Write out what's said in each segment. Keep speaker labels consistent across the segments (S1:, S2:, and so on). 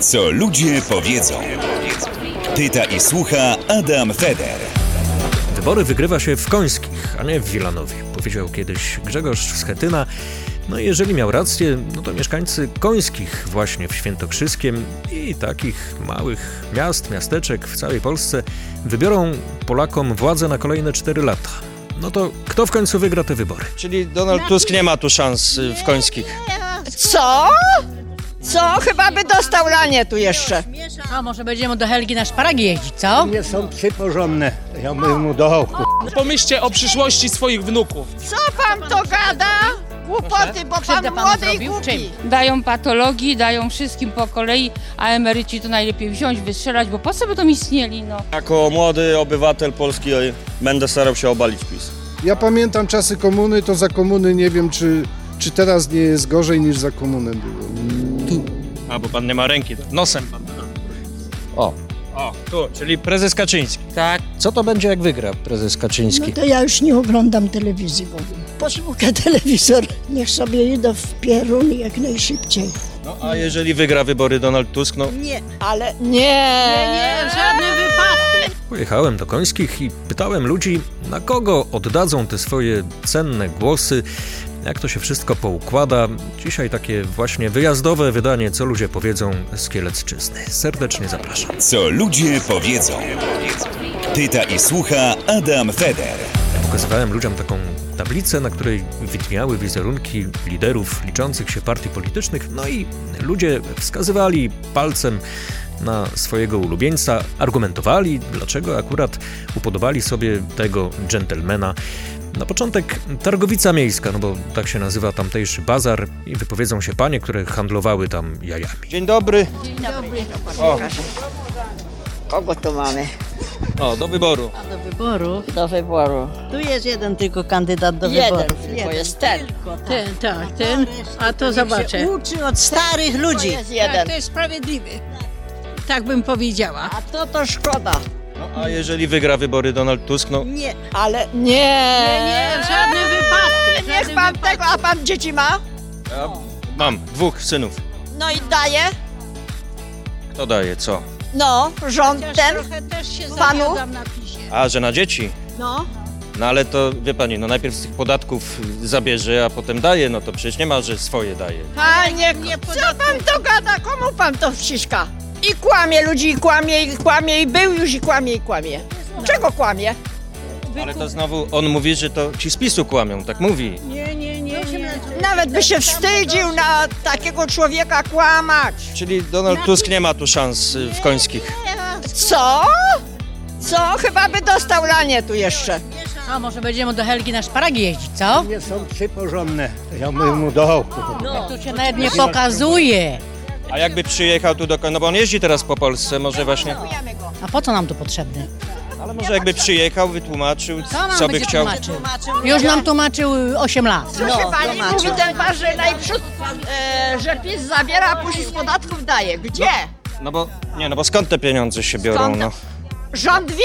S1: Co ludzie powiedzą. Pyta i słucha Adam Feder.
S2: Wybory wygrywa się w Końskich, a nie w Wilanowie, powiedział kiedyś Grzegorz Schetyna. No i jeżeli miał rację, no to mieszkańcy Końskich właśnie w Świętokrzyskiem i takich małych miast, miasteczek w całej Polsce wybiorą Polakom władzę na kolejne 4 lata. No to kto w końcu wygra te wybory?
S3: Czyli Donald Tusk nie ma tu szans y, w końskich.
S4: Co? Co? Chyba by dostał lanie tu jeszcze.
S5: A może będziemy do Helgi na szparagi jeździć, co?
S6: Nie są psy porządne. Ja bym mu dał. kur-
S7: Pomyślcie o przyszłości swoich wnuków.
S4: Co pan to gada? Głupoty, bo
S5: Krzywdę
S4: pan
S5: panu
S4: młody i
S5: zrobił?
S4: głupi.
S5: Czym?
S8: dają patologii, dają wszystkim po kolei, a emeryci to najlepiej wziąć, wystrzelać, bo po co by tam istnieli, no.
S3: Jako młody obywatel Polski oj, będę starał się obalić PiS.
S9: Ja pamiętam czasy komuny, to za komuny nie wiem, czy, czy teraz nie jest gorzej niż za komunę było.
S3: A, bo pan nie ma ręki, tak? nosem pan.
S10: O.
S3: O, tu, czyli prezes Kaczyński.
S10: Tak. Co to będzie, jak wygra prezes Kaczyński?
S11: No to ja już nie oglądam telewizji w ogóle. Posłuchaj telewizor, niech sobie idą w pierun jak najszybciej.
S3: No, a jeżeli wygra wybory Donald Tusk, no
S4: Nie, ale nie. Nie, Eee! w żadnym wypadku.
S2: Pojechałem do Końskich i pytałem ludzi, na kogo oddadzą te swoje cenne głosy, jak to się wszystko poukłada. Dzisiaj takie właśnie wyjazdowe wydanie, co ludzie powiedzą z Kielecczyzny. Serdecznie zapraszam.
S1: Co ludzie powiedzą. Pyta i słucha Adam Feder.
S2: Pokazywałem ludziom taką tablicę, na której widniały wizerunki liderów liczących się partii politycznych, no i ludzie wskazywali palcem na swojego ulubieńca, argumentowali, dlaczego akurat upodobali sobie tego dżentelmena. Na początek targowica miejska, no bo tak się nazywa tamtejszy bazar i wypowiedzą się panie, które handlowały tam jajami.
S3: dzień dobry.
S4: Kogo tu mamy?
S3: O, do wyboru.
S5: Do wyboru.
S4: Do wyboru.
S5: Tu jest jeden tylko kandydat do
S4: Jeden,
S5: wyboru.
S4: tylko jest ten.
S5: Ten, tak, ten, a to zobaczę.
S11: Uczy od starych
S4: To
S11: ludzi.
S4: jest jeden.
S5: jest sprawiedliwy. Tak bym powiedziała.
S4: A to to szkoda.
S3: No, a jeżeli wygra wybory Donald Tusk, no
S4: Nie, ale nie.
S5: Nie, w żadnym wypadku. w
S4: Niech
S5: żadnym
S4: pan
S5: wypadku.
S4: tego, a pan dzieci ma?
S3: ja mam dwóch synów.
S4: No i daje?
S3: Kto daje co?
S4: No, rząd ten.
S5: Trochę też się
S4: Panu?
S5: zawiodłam na pisie.
S3: A, że na dzieci?
S4: No.
S3: No ale to, wie pani, no najpierw z tych podatków zabierze, a potem daje, no to przecież nie ma, że swoje daje.
S4: Panie, co pan to gada? Komu pan to wciska? I kłamie ludzi, i kłamie, i kłamie, i był już, i kłamie, i kłamie.
S5: No.
S4: Czego kłamie?
S3: Ale to znowu, on mówi, że to ci z PiSu kłamią, tak mówi.
S5: Nie, nie, nie, nie.
S4: Nawet by się wstydził na takiego człowieka kłamać.
S3: Czyli Donald Tusk nie ma tu szans y, w końskich.
S4: Co? Co? Chyba by dostał lanie tu jeszcze.
S5: A może będziemy do Helgi na szparagi jeździć, co?
S6: Nie są psy porządne. Ja bym mu dał. kur-
S5: Tu się nawet nie pokazuje.
S3: A jakby przyjechał tu do Koń- no bo on jeździ teraz po Polsce, może właśnie,
S5: A po co nam to potrzebne?
S3: ale może jakby przyjechał, wytłumaczył,
S5: To nam
S3: co by
S5: będzie
S3: chciał.
S5: tłumaczył. Już nam No, tłumaczył 8 lat.
S4: Proszę
S7: No.
S4: pani, mówi ten pan, że najprzód, e, że PiS zabiera, a później z podatków daje. Gdzie?
S3: No bo, nie, no bo skąd te pieniądze się biorą,
S4: Skąd?
S3: no?
S4: Rząd wie.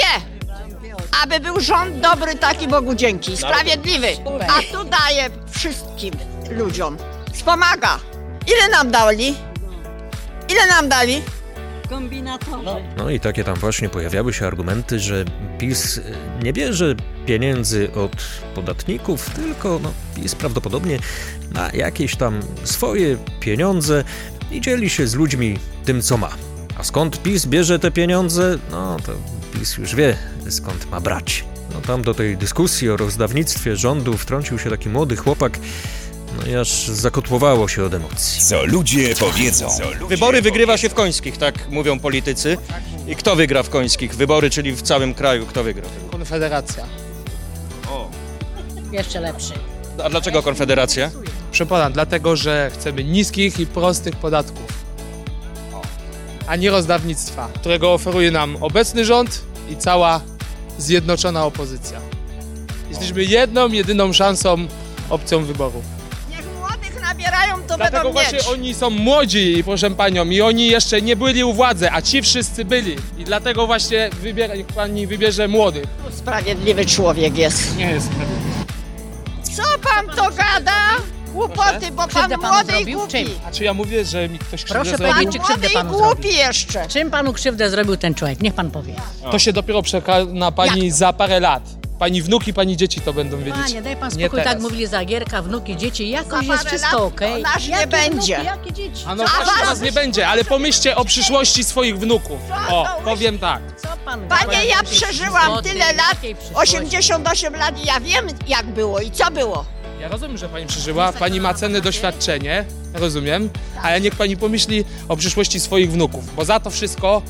S4: Aby był rząd dobry, taki Bogu dzięki, sprawiedliwy. A tu daje wszystkim ludziom. Wspomaga. Ile nam dali? Ile nam dali?
S2: No i takie tam właśnie pojawiały się argumenty, że PiS e, nie bierze pieniędzy od podatników, tylko no, PiS prawdopodobnie ma jakieś tam swoje pieniądze i dzieli się z ludźmi tym, co ma. A skąd PiS bierze te pieniądze? No to PiS już wie, skąd ma brać. No tam do tej dyskusji o rozdawnictwie rządu wtrącił się taki młody chłopak, no i aż zakotłowało się od emocji.
S1: Co ludzie powiedzą.
S3: Wybory wygrywa się w końskich, tak mówią politycy. I kto wygra w końskich? Wybory, czyli w całym kraju, kto wygra?
S7: Konfederacja.
S5: Jeszcze lepszy.
S3: A dlaczego Konfederacja?
S7: Proszę pana, dlatego, że chcemy niskich i prostych podatków. A nie rozdawnictwa, którego oferuje nam obecny rząd i cała zjednoczona opozycja. Jesteśmy jedną, jedyną szansą, opcją wyboru.
S4: Niech młodych nabierają, to
S7: Dlatego
S4: będą
S7: właśnie
S4: mieć.
S7: oni są młodzi, i proszę panią, i oni jeszcze nie byli u władzy, a ci wszyscy byli. I dlatego właśnie wybiera, niech pani wybierze młodych.
S4: Sprawiedliwy człowiek jest.
S7: Nie jest
S4: Co pan to gada? Głupoty, bo pan
S5: Krzywdę panu
S4: młody i
S5: zrobił?
S4: głupi.
S5: Czym?
S7: A czy Znaczy, ja mówię, że mi ktoś krzywdę
S5: Proszę
S7: zrobił?
S5: powiedzieć, czy krzywdę
S4: i
S5: panu
S4: głupi
S5: zrobił.
S4: jeszcze.
S5: Czym panu krzywdę zrobił ten człowiek? Niech pan powie.
S7: To się dopiero przekona pani za parę lat. Pani wnuki, pani dzieci to będą wiedzieć.
S5: Panie, daj pan
S7: Nie
S5: spokój, tak
S7: teraz.
S5: mówili za Gierka, wnuki, dzieci, jakoś
S4: Za
S5: jest
S4: parę
S5: wszystko
S4: lat
S5: okej.
S4: to nasz nie
S5: Jakie
S4: będzie.
S5: Wnuki, jakie dzieci?
S7: A no
S5: Co
S7: właśnie
S5: pan-
S7: was nie będzie, ale pomyślcie o przyszłości swoich wnuków. O,
S4: to
S7: powiem tak.
S5: Co pan
S4: Panie, ja
S5: gada?
S4: przeżyłam
S5: Zgody,
S4: tyle lat,
S5: jakiej przyszłości?
S4: 88 lat i ja wiem jak było i co było.
S7: Ja rozumiem, że pani przeżyła, pani ma cenne doświadczenie, rozumiem, ale niech pani pomyśli o przyszłości swoich wnuków, bo za to wszystko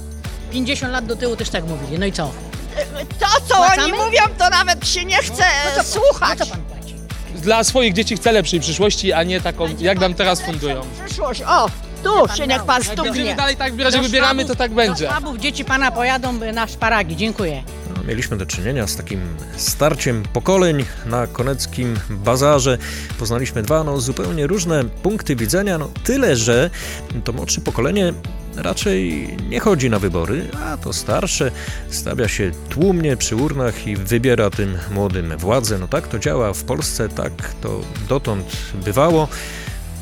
S5: 50 lat do tyłu też tak mówili, no i co?
S4: E, To, co
S5: Wracamy?
S4: oni mówią, to nawet się nie chce e, słuchać.
S5: No, Co pan płaci?
S7: dla swoich dzieci chcę lepszej przyszłości, a nie taką, jak nam teraz fundują.
S4: Przyszłość, o, tu się niech pan
S7: Jak będziemy
S4: stuknie.
S7: dalej tak wybierać, jak
S5: Do
S7: wybieramy, to
S5: szwabów-
S7: tak będzie.
S5: Do szwabów dzieci pana pojadą y, na szparagi, dziękuję.
S2: No, Mieliśmy do czynienia z takim starciem pokoleń na koneckim bazarze. Poznaliśmy dwa no, zupełnie różne punkty widzenia, no, tyle że to młodsze pokolenie raczej nie chodzi na wybory, a to starsze stawia się tłumnie przy urnach i wybiera tym młodym władzę. No tak to działa w Polsce, tak to dotąd bywało.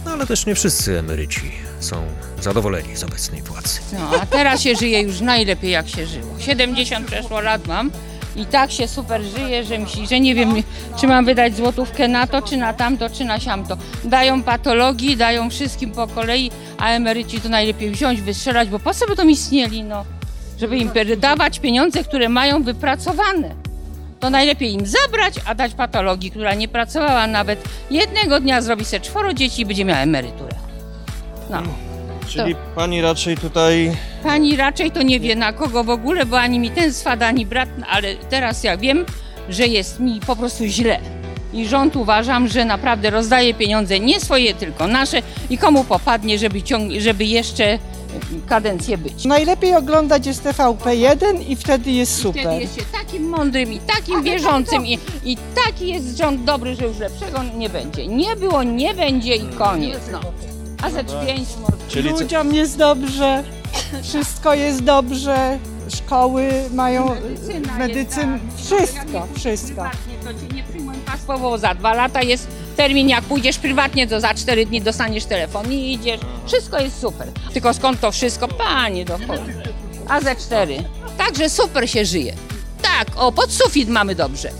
S2: No ale też nie wszyscy emeryci są zadowoleni z obecnej władzy.
S8: No, a teraz się żyje już najlepiej, jak się żyło. 70 przeszło lat mam i tak się super żyje, że, myśli, że nie wiem, czy mam wydać złotówkę na to, czy na tamto, czy na siamto. Dają patologii, dają wszystkim po kolei, a emeryci to najlepiej wziąć, wystrzelać, bo po co by to istnieli, no? Żeby im pier- dawać pieniądze, które mają wypracowane. To najlepiej im zabrać, a dać patologii, która nie pracowała nawet jednego dnia, zrobi se czworo dzieci i będzie miała emeryturę. No.
S3: Czyli pani raczej tutaj
S8: Pani raczej to nie wie na kogo w ogóle, bo ani mi ten swad, ani brat, no, ale teraz ja wiem, że jest mi po prostu źle. I rząd uważam, że naprawdę rozdaje pieniądze nie swoje, tylko nasze i komu popadnie, żeby, ciąg- żeby jeszcze kadencję być.
S12: Najlepiej oglądać jest TVP1 i wtedy jest super.
S8: Wtedy jest się takim mądrym i takim wierzącym i, i taki jest rząd dobry, że już lepszego nie będzie. Nie było, nie będzie i koniec. No. A ze pięć
S3: Mm. Czyli co-
S12: Ludziom jest dobrze, wszystko jest dobrze, szkoły mają
S8: Medycyna
S12: medycyn,
S8: jest, tak.
S12: wszystko, wszystko.
S8: prywatnie, to cię nie przyjmą państwowo, za dwa lata jest termin, jak pójdziesz prywatnie, to za cztery dni dostaniesz telefon i idziesz. Wszystko jest super. Tylko skąd to wszystko? Panie do cholery. A ze cztery. Także super się żyje. Tak, o, pod sufit mamy dobrze.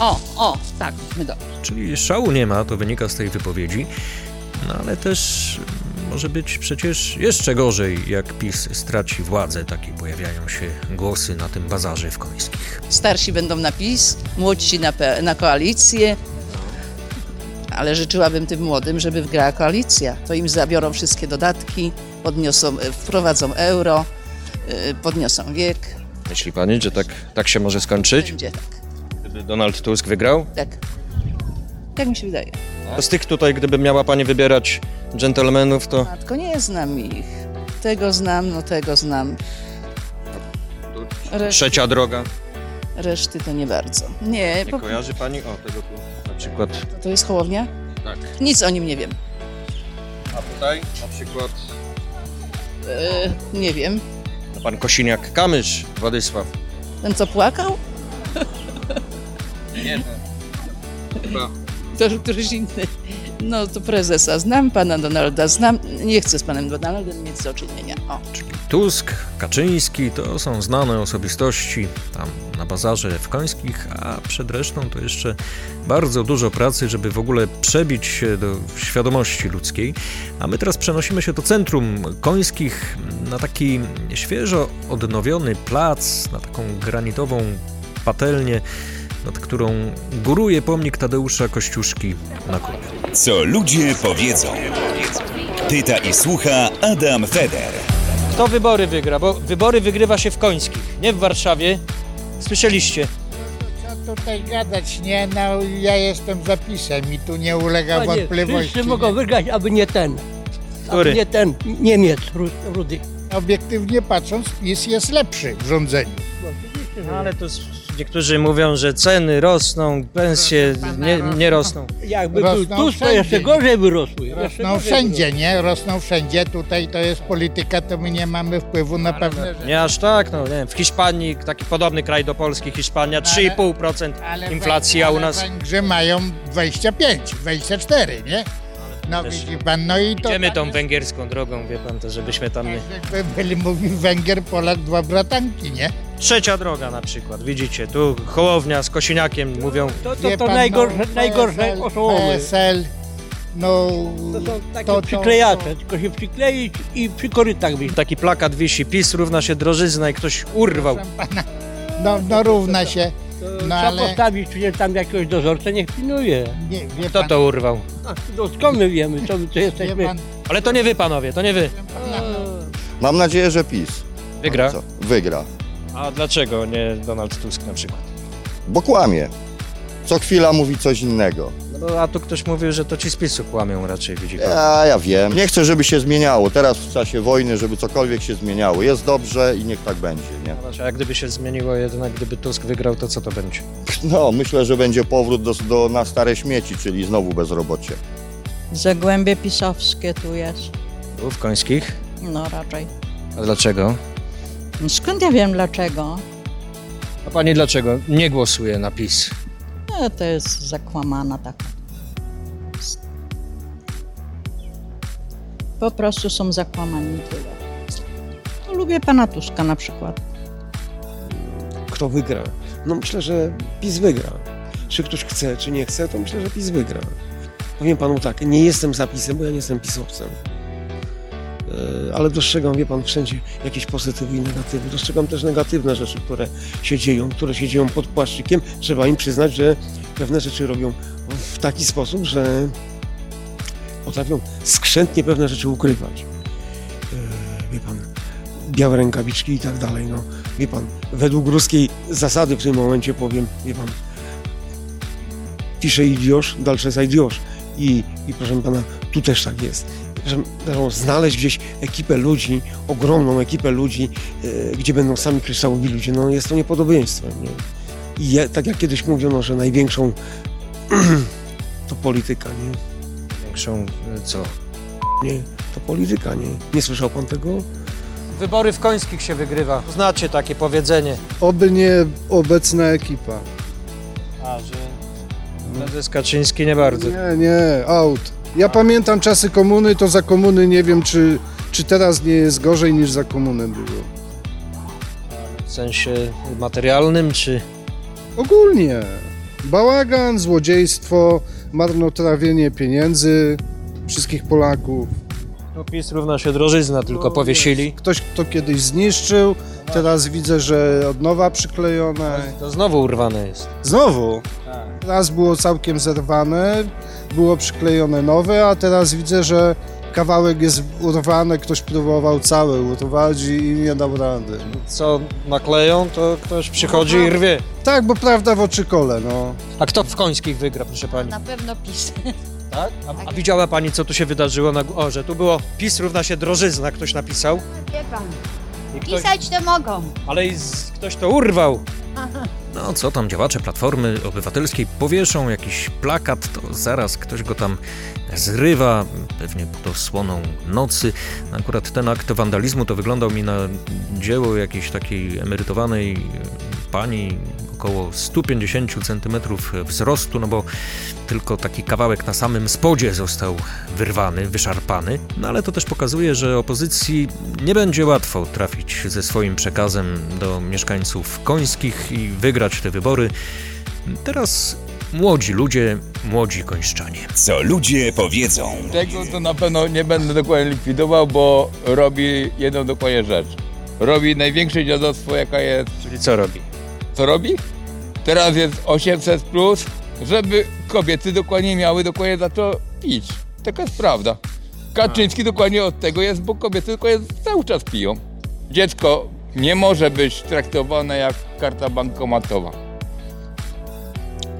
S8: O, o, tak, my dobrze.
S2: Czyli szału nie ma, to wynika z tej wypowiedzi. No ale też może być przecież jeszcze gorzej, jak PiS straci władzę. Takie pojawiają się głosy na tym bazarze w Końskich.
S13: Starsi będą na PiS, młodsi na, pe- na koalicję. Ale życzyłabym tym młodym, żeby wygrała koalicja. To im zabiorą wszystkie dodatki, podniosą, e, wprowadzą euro, e, podniosą wiek.
S10: Myśli pani, że tak, tak się może skończyć?
S13: Będzie tak.
S3: Gdyby Donald Tusk wygrał?
S13: Tak. Tak mi się wydaje.
S3: To z tych tutaj, gdyby miała pani wybierać dżentelmenów, to
S13: Matko, nie znam ich. Tego znam, no tego znam. Resz-
S3: trzecia droga.
S13: reszty to nie bardzo. Nie,
S3: Nie
S13: po,
S3: kojarzy pani? O, tego tu na przykład.
S13: to jest Hołownia?
S3: Tak.
S13: Nic o nim nie wiem.
S3: A tutaj na przykład
S13: E, nie wiem.
S3: no, pan Kosiniak-Kamysz, Władysław.
S13: Ten co płakał?
S3: Nie, chyba.
S13: To ktoś inny. No to prezesa znam, pana Donalda znam. Nie chcę z panem Donaldem mieć do czynienia. O.
S2: Tusk, Kaczyński to są znane osobistości tam na bazarze w Końskich, a przed resztą to jeszcze bardzo dużo pracy, żeby w ogóle przebić się do świadomości ludzkiej. A my teraz przenosimy się do centrum Końskich na taki świeżo odnowiony plac, na taką granitową patelnię, nad którą góruje pomnik Tadeusza Kościuszki na Kubie.
S1: Co ludzie powiedzą. Pyta i słucha Adam Feder.
S3: Kto wybory wygra? Bo wybory wygrywa się w Końskich, nie w Warszawie. Słyszeliście?
S14: No tutaj gadać, nie? No, ja jestem zapisem i tu nie ulega
S15: Panie,
S14: wątpliwości.
S15: wszyscy mogą wygrać, aby nie ten.
S14: Który?
S15: Aby nie ten Niemiec, Ru- Rudy.
S14: Obiektywnie patrząc, PiS jest lepszy w rządzeniu.
S3: No ale to z
S16: Niektórzy mówią, że ceny rosną, pensje nie, nie rosną.
S15: Jakby był tuż, to jeszcze gorzej by rosły. Jeszcze
S14: Rosną
S15: gorzej
S14: wszędzie, nie? Rosną wszędzie. Tutaj to jest polityka, to my nie mamy wpływu na pewne rzeczy.
S16: Nie aż tak, no nie wiem, w Hiszpanii, taki podobny kraj do Polski, Hiszpania,
S15: No,
S16: 3,5% inflacji, a u nas...
S14: Węgrzy mają 25, 24, nie? No widzi pan, no i to
S16: Idziemy tą węgierską drogą, wie pan, to żebyśmy tam nie...
S14: by byli, mówi Węgier, Polak, dwa bratanki, nie?
S16: Trzecia droga na przykład, widzicie, tu Hołownia z Kosiniakiem mówią...
S15: To- to- to najgorsze- najgorsze osoby.
S14: no, PSL, no...
S15: To są takie
S14: to-
S15: przyklejacze, tylko się przykleić i przy korytach wyjść.
S16: Taki plakat wisi, PiS równa się drożyzna i ktoś urwał.
S14: No, no równa się, no
S15: Trzeba
S14: ale...
S15: postawić przecież tam jakiegoś dozorcę, niech pilnuje.
S14: Nie, wie
S16: Kto to urwał?
S15: A, no, skąd my wiemy, co my tu jesteśmy?
S16: Ale to nie wy, panowie, to nie wy.
S17: Mam nadzieję, że PiS
S16: Wygra.
S17: co, wygra,
S16: A dlaczego nie Donald Tusk na przykład?
S17: bo kłamie. Co chwila mówi coś innego.
S16: No, a tu ktoś mówił, że to ci z PiSu kłamią raczej, widzi pan.
S17: Ja, ja wiem. Nie chcę, żeby się zmieniało. Teraz w czasie wojny, żeby cokolwiek się zmieniało. Jest dobrze i niech tak będzie, nie?
S16: Zobacz, Znaczy, A gdyby się zmieniło jednak, gdyby Tusk wygrał, to co to będzie?
S17: No, myślę, że będzie powrót do, do, na stare śmieci, czyli znowu bezrobocie.
S18: Zagłębie pisowskie tu jest.
S16: W Końskich?
S18: No raczej.
S16: A dlaczego?
S18: Skąd ja wiem dlaczego?
S16: A pani dlaczego nie głosuje na PiS?
S18: No, to jest zakłamana taka. Po prostu są zakłamani tyle. No, lubię pana Tuska na przykład.
S19: Kto wygra? No myślę, że PiS wygra. Czy ktoś chce, czy nie chce, to myślę, że PiS wygra. Powiem panu tak, nie jestem za PiSem, bo ja nie jestem pisowcem. E, Ale dostrzegam, wie pan, wszędzie jakieś pozytywy i negatywy. Dostrzegam też negatywne rzeczy, które się dzieją, które się dzieją pod płaszczykiem. Trzeba im przyznać, że pewne rzeczy robią w taki sposób, że potrafią skrzętnie pewne rzeczy ukrywać. E, Wie pan, białe rękawiczki i tak dalej. No, wie pan, według ruskiej zasady w tym momencie powiem, wie pan, pisze idiosz, dalsze zajdziesz. I, I proszę pana, tu też tak jest. Że należało znaleźć gdzieś ekipę ludzi, ogromną ekipę ludzi, e, gdzie będą sami kryształowi ludzie. No jest to niepodobieństwem. Nie? I ja, tak jak kiedyś mówiono, że największą to polityka, nie?
S16: Większą e, co?
S19: Nie, to polityka, nie? Nie słyszał pan tego?
S16: Wybory w Końskich się wygrywa. Znacie takie powiedzenie.
S9: Oby nie obecna ekipa.
S16: A, że... Prezes Kaczyński nie bardzo.
S9: Nie, nie, out. Ja pamiętam czasy komuny, to za komuny nie wiem, czy, czy teraz nie jest gorzej niż za komuny było.
S16: W sensie materialnym, czy...
S9: Ogólnie. Bałagan, złodziejstwo, marnotrawienie pieniędzy wszystkich Polaków.
S16: No PiS równa się drożyzna, tylko powiesili.
S9: Ktoś to kiedyś zniszczył, teraz widzę, że od nowa przyklejone.
S16: To znowu urwane jest.
S9: Znowu?
S16: Tak.
S9: Raz było całkiem zerwane, było przyklejone nowe, a teraz widzę, że kawałek jest urwany, ktoś próbował cały urwać i i nie dał rady.
S16: Co nakleją, to ktoś przychodzi i rwie.
S9: Tak, bo prawda w oczy kole, no.
S16: A kto w Końskich wygra, proszę pani?
S18: Na pewno PiS.
S16: Tak? A, a widziała pani, co tu się wydarzyło na... gó- O, że tu było PiS równa się drożyzna, ktoś napisał.
S20: Wie pan,
S16: I ktoś...
S20: pisać to mogą.
S16: Ale i z... ktoś to urwał.
S2: No, co tam działacze Platformy Obywatelskiej powieszą jakiś plakat, to zaraz ktoś go tam zrywa, pewnie pod osłoną nocy. Akurat ten akt wandalizmu to wyglądał mi na dzieło jakiejś takiej emerytowanej e, pani około 150 cm wzrostu, no bo tylko taki kawałek na samym spodzie został wyrwany, wyszarpany. No ale to też pokazuje, że opozycji nie będzie łatwo trafić ze swoim przekazem do mieszkańców końskich i wygrać te wybory. Teraz młodzi ludzie, młodzi końszczanie.
S1: Co ludzie powiedzą.
S21: Tego to na pewno nie będę dokładnie likwidował, bo robi jedną dokładnie rzecz. Robi największe dziadostwo, jaka jest.
S16: Czyli co robi?
S21: Co robi? Teraz jest 800 plus, żeby kobiety dokładnie miały dokładnie za to pić. Taka jest prawda. Kaczyński dokładnie od tego jest, bo kobiety dokładnie cały czas piją. Dziecko nie może być traktowane jak karta bankomatowa.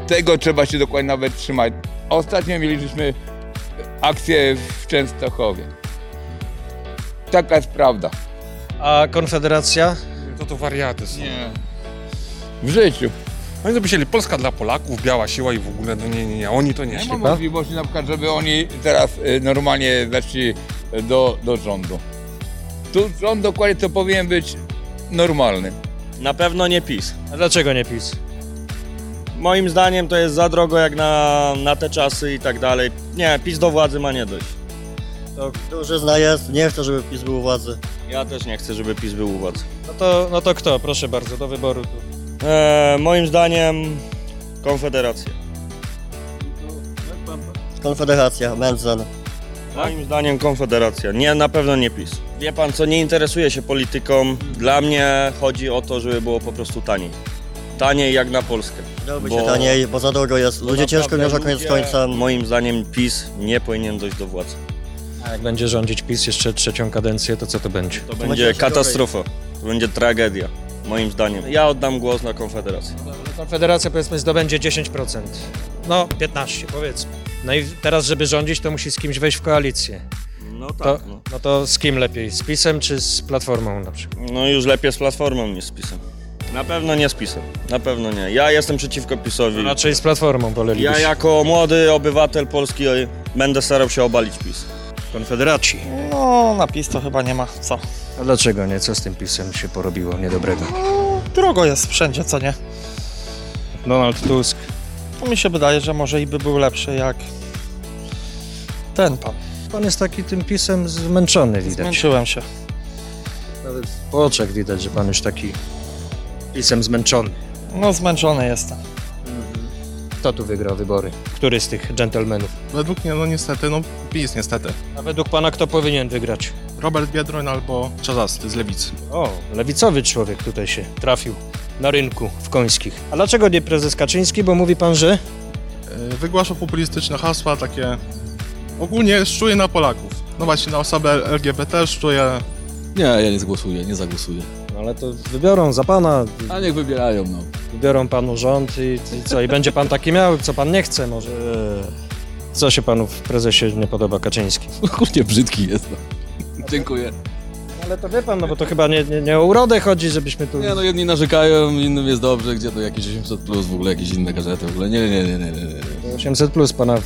S21: Tego trzeba się dokładnie nawet trzymać. Ostatnio mieliśmy akcję w Częstochowie. Taka jest prawda.
S16: A Konfederacja?
S21: To to wariaty są. Nie. W życiu.
S22: Oni to myśleli, Polska dla Polaków, biała siła i w ogóle, no nie, nie, nie, oni to nie.
S21: Nie ma możliwości na przykład, żeby oni teraz y, normalnie weszli y, do, do rządu. Tu rząd dokładnie to powinien być normalny.
S16: Na pewno nie PiS. A dlaczego nie PiS? Moim zdaniem to jest za drogo jak na, na te czasy i tak dalej. Nie, PiS do władzy ma nie dojść.
S17: To duży znajazd, nie chcę, żeby PiS był u władzy.
S16: Ja też nie chcę, żeby PiS był u władzy.
S23: No to, no to kto? Proszę bardzo, do wyboru.
S16: E, moim zdaniem Konfederacja.
S17: Konfederacja, Mędzen.
S16: Moim zdaniem Konfederacja. Nie, na pewno nie PiS. Wie pan co, nie interesuje się polityką. Dla mnie chodzi o to, żeby było po prostu taniej. Taniej jak na Polskę.
S17: Byłoby się taniej, bo za drogo jest.
S16: bo
S17: Ludzie ciężko
S16: naprawdę
S17: mierzą koniec
S16: ludzie-
S17: końca.
S16: Moim zdaniem PiS nie powinien dojść do władzy.
S24: A jak będzie rządzić PiS jeszcze trzecią kadencję, to co to będzie?
S16: To będzie katastrofa. To będzie tragedia. Moim zdaniem. Ja oddam głos na Konfederację.
S2: Konfederacja powiedzmy zdobędzie 10%. No, 15 powiedzmy. No i teraz, żeby rządzić, to musi z kimś wejść w koalicję.
S16: No
S2: To,
S16: tak. No.
S2: no to z kim lepiej? Z PiSem czy z Platformą na przykład?
S16: no już lepiej z Platformą niż z PiSem. Na pewno nie z PiSem. Na pewno nie. Ja jestem przeciwko PiSowi.
S23: znaczy,
S2: Raczej z Platformą wolelibyśmy.
S16: Ja jako młody obywatel Polski oj, będę starał się obalić PiS. Konfederacji.
S25: No, na PiS to chyba nie ma co.
S24: A dlaczego nie? Co z tym PiSem się porobiło niedobrego?
S25: Drogo jest wszędzie, co nie?
S16: Donald Tusk.
S25: To E, mi się wydaje, że może i by był lepszy jak ten pan.
S24: Pan jest taki tym PiSem zmęczony widać.
S25: Zmęczyłem się.
S24: Nawet po oczach widać, że pan już taki PiSem zmęczony.
S25: No, zmęczony jestem.
S24: Kto tu wygra wybory? Który z tych dżentelmenów?
S7: Według mnie, no niestety, no PiS niestety.
S2: A według pana kto powinien wygrać?
S7: Robert Biedroń albo Czarzasty z Lewicy.
S2: O, lewicowy człowiek tutaj się trafił na rynku w Końskich. A dlaczego nie prezes Kaczyński? Bo mówi pan, że...
S7: Yy, Wygłasza populistyczne hasła, takie ogólnie szczuje na Polaków. No właśnie, na osobę LGBT szczuje.
S26: Nie, ja nie zagłosuję, nie zagłosuję.
S2: No ale to wybiorą za pana.
S26: A niech wybierają, no.
S2: Wybiorą panu rząd i, i co? I będzie pan taki miał, co pan nie chce może. e, Co się panu w prezesie nie podoba Kaczyński?
S26: Kurczę, No, brzydki jest, no. Dziękuję.
S2: Ale to wie pan, no bo to chyba nie, nie, nie o urodę chodzi, żebyśmy tu...
S26: Nie, no jedni narzekają, innym jest dobrze, gdzie to jakieś 800 plus, w ogóle jakieś inne gazety, w ogóle nie, nie, nie, nie, nie, nie.
S24: 800 plus pana... W...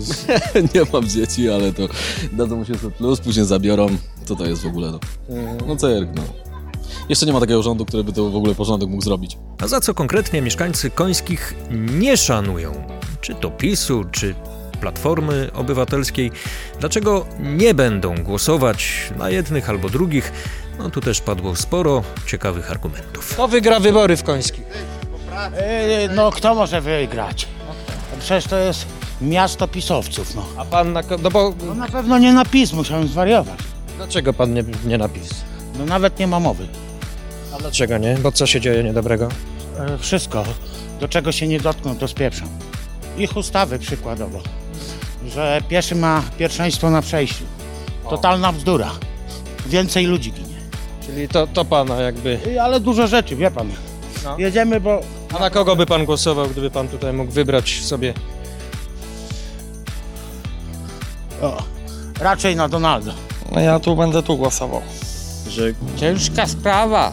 S24: z-
S26: nie mam dzieci, ale to dadzą 800 plus, później zabiorą, co to jest w ogóle, no.
S2: Mhm.
S26: No cyrk, no. Jeszcze nie ma takiego rządu, który by to w ogóle porządek mógł zrobić.
S24: A za co konkretnie mieszkańcy Końskich nie szanują? Czy to PiSu, czy Platformy Obywatelskiej? Dlaczego nie będą głosować na jednych albo drugich? No tu też padło sporo ciekawych argumentów.
S23: Kto wygra wybory w Końskich?
S27: E, No kto może wygrać? No Przecież to jest miasto pisowców, no.
S23: A pan na... No bo...
S27: No na pewno nie na PiS, musiałem zwariować.
S2: Dlaczego pan nie, nie napis?
S27: No nawet nie ma mowy.
S2: A dlaczego nie? Bo co się dzieje niedobrego?
S27: E, Wszystko, do czego się nie dotkną, to spieprzą. Ich ustawy przykładowo, że pieszy ma pierwszeństwo na przejściu. Totalna bzdura. Więcej ludzi ginie.
S2: Czyli to, to pana jakby... No.
S27: E, Ale dużo rzeczy, wie pan. Jedziemy, bo...
S2: A na kogo by pan głosował, gdyby pan tutaj mógł wybrać sobie?
S27: O, raczej na Donalda.
S25: No ja tu będę tu głosował.
S24: Że
S25: Ciężka sprawa.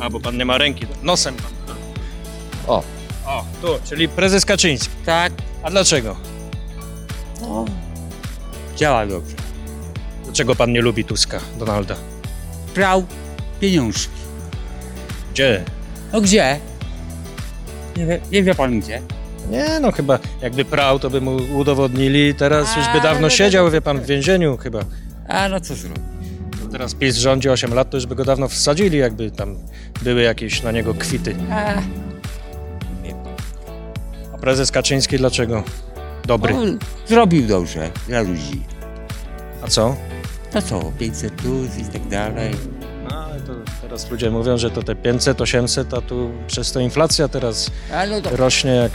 S23: A, bo pan nie ma ręki. Nosem pan.
S26: O.
S23: O, tu, czyli prezes Kaczyński.
S26: Tak.
S23: A dlaczego?
S26: No,
S2: Działa dobrze. Dlaczego pan nie lubi Tuska, Donalda?
S26: Prał pieniążki.
S2: Gdzie?
S26: No gdzie? Nie wie, nie wie pan gdzie.
S2: Nie, no chyba jakby prał, to by mu udowodnili. Teraz już by
S26: no,
S2: dawno siedział, wie pan, w więzieniu chyba.
S26: A no co zrobić?
S2: Teraz PiS rządzi 8 lat, to już by go dawno wsadzili, jakby tam były jakieś na niego kwity.
S26: A,
S28: Eee.
S2: A prezes Kaczyński dlaczego? Dobry.
S26: On zrobił dobrze dla ludzi.
S2: A co?
S26: No co, 500 plus i tak dalej.
S2: No, ale to teraz ludzie mówią, że to te 500, 800, a tu przez to inflacja teraz
S26: A no to
S2: rośnie jak...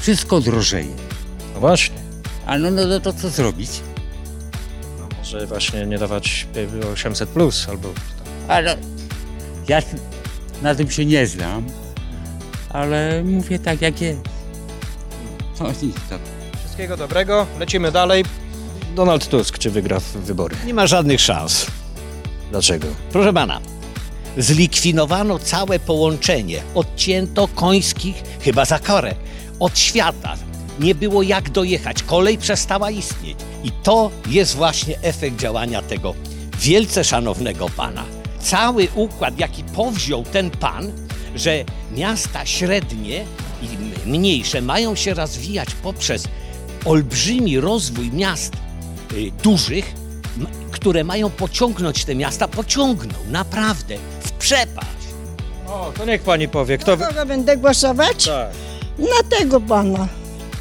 S26: wszystko drożeje.
S2: No właśnie.
S26: A no, no, no to co zrobić?
S2: No może właśnie nie dawać 800 plus albo...
S26: Ale ja na tym się nie znam, ale mówię tak jak jest. To nic tak.
S2: Wszystkiego dobrego, lecimy dalej. Donald Tusk, czy wygra w wybory?
S28: Nie ma żadnych szans.
S2: Dlaczego?
S28: Proszę pana, Zlikwidowano całe połączenie. Odcięto końskich, chyba za karę, od świata. Nie było jak dojechać. Kolej przestała istnieć. I to jest właśnie efekt działania tego wielce szanownego pana. Cały układ, jaki powziął ten pan, że miasta średnie i m- mniejsze mają się rozwijać poprzez olbrzymi rozwój miast y, dużych, m- które mają pociągnąć te miasta, pociągnął naprawdę w przepaść.
S2: O, to niech pani powie, kto... wy- Tak.
S18: Kogo będę głosować? Na tego pana.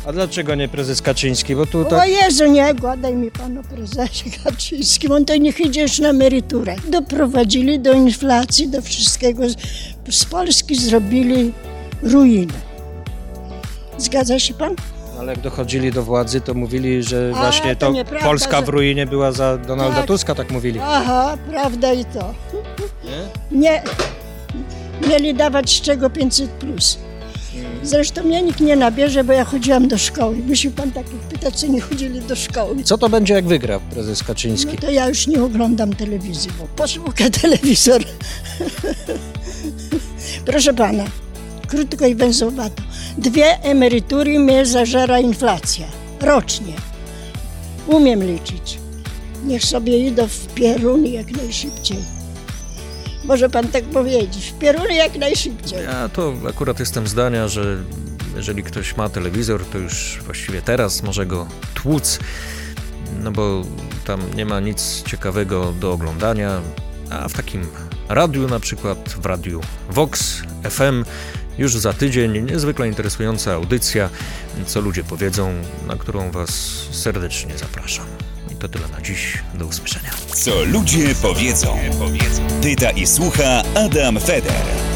S2: A dlaczego nie prezes Kaczyński? Bo tu
S18: O
S2: tak...
S18: Jezu, nie gadaj mi pan o prezesie Kaczyńskim, on to niech idzie już na emeryturę. Doprowadzili do inflacji, do wszystkiego. Z Polski zrobili ruinę. Zgadza się pan?
S2: Ale jak dochodzili do władzy, to mówili, że
S18: A,
S2: właśnie
S18: to
S2: to
S18: nieprawda,
S2: Polska
S18: że-
S2: w ruinie była za Donalda
S18: Tak.
S2: Tuska, tak mówili.
S18: Aha, prawda i to. Nie? Mieli dawać z czego 500 plus. Zresztą mnie nikt nie nabierze, bo ja chodziłam do szkoły. Musi pan takich pytać, czy nie chodzili do szkoły.
S2: Co to będzie, jak wygra prezes Kaczyński?
S18: No to ja już nie oglądam telewizji, bo posłuchaj telewizor. Proszę pana, krótko i benzowato. Dwie emerytury mnie zażera inflacja rocznie. Umiem liczyć. Niech sobie idą w pieruny jak najszybciej. Może pan tak powiedzieć, w pieruny jak najszybciej.
S2: Ja to akurat jestem zdania, że jeżeli ktoś ma telewizor, to już właściwie teraz może go tłuc, no bo tam nie ma nic ciekawego do oglądania, a w takim radiu, na przykład w radiu Vox FM, już za tydzień niezwykle interesująca audycja, co ludzie powiedzą, na którą Was serdecznie zapraszam. I to tyle na dziś. Do usłyszenia.
S1: Co ludzie powiedzą. Tyta i słucha Adam Feder.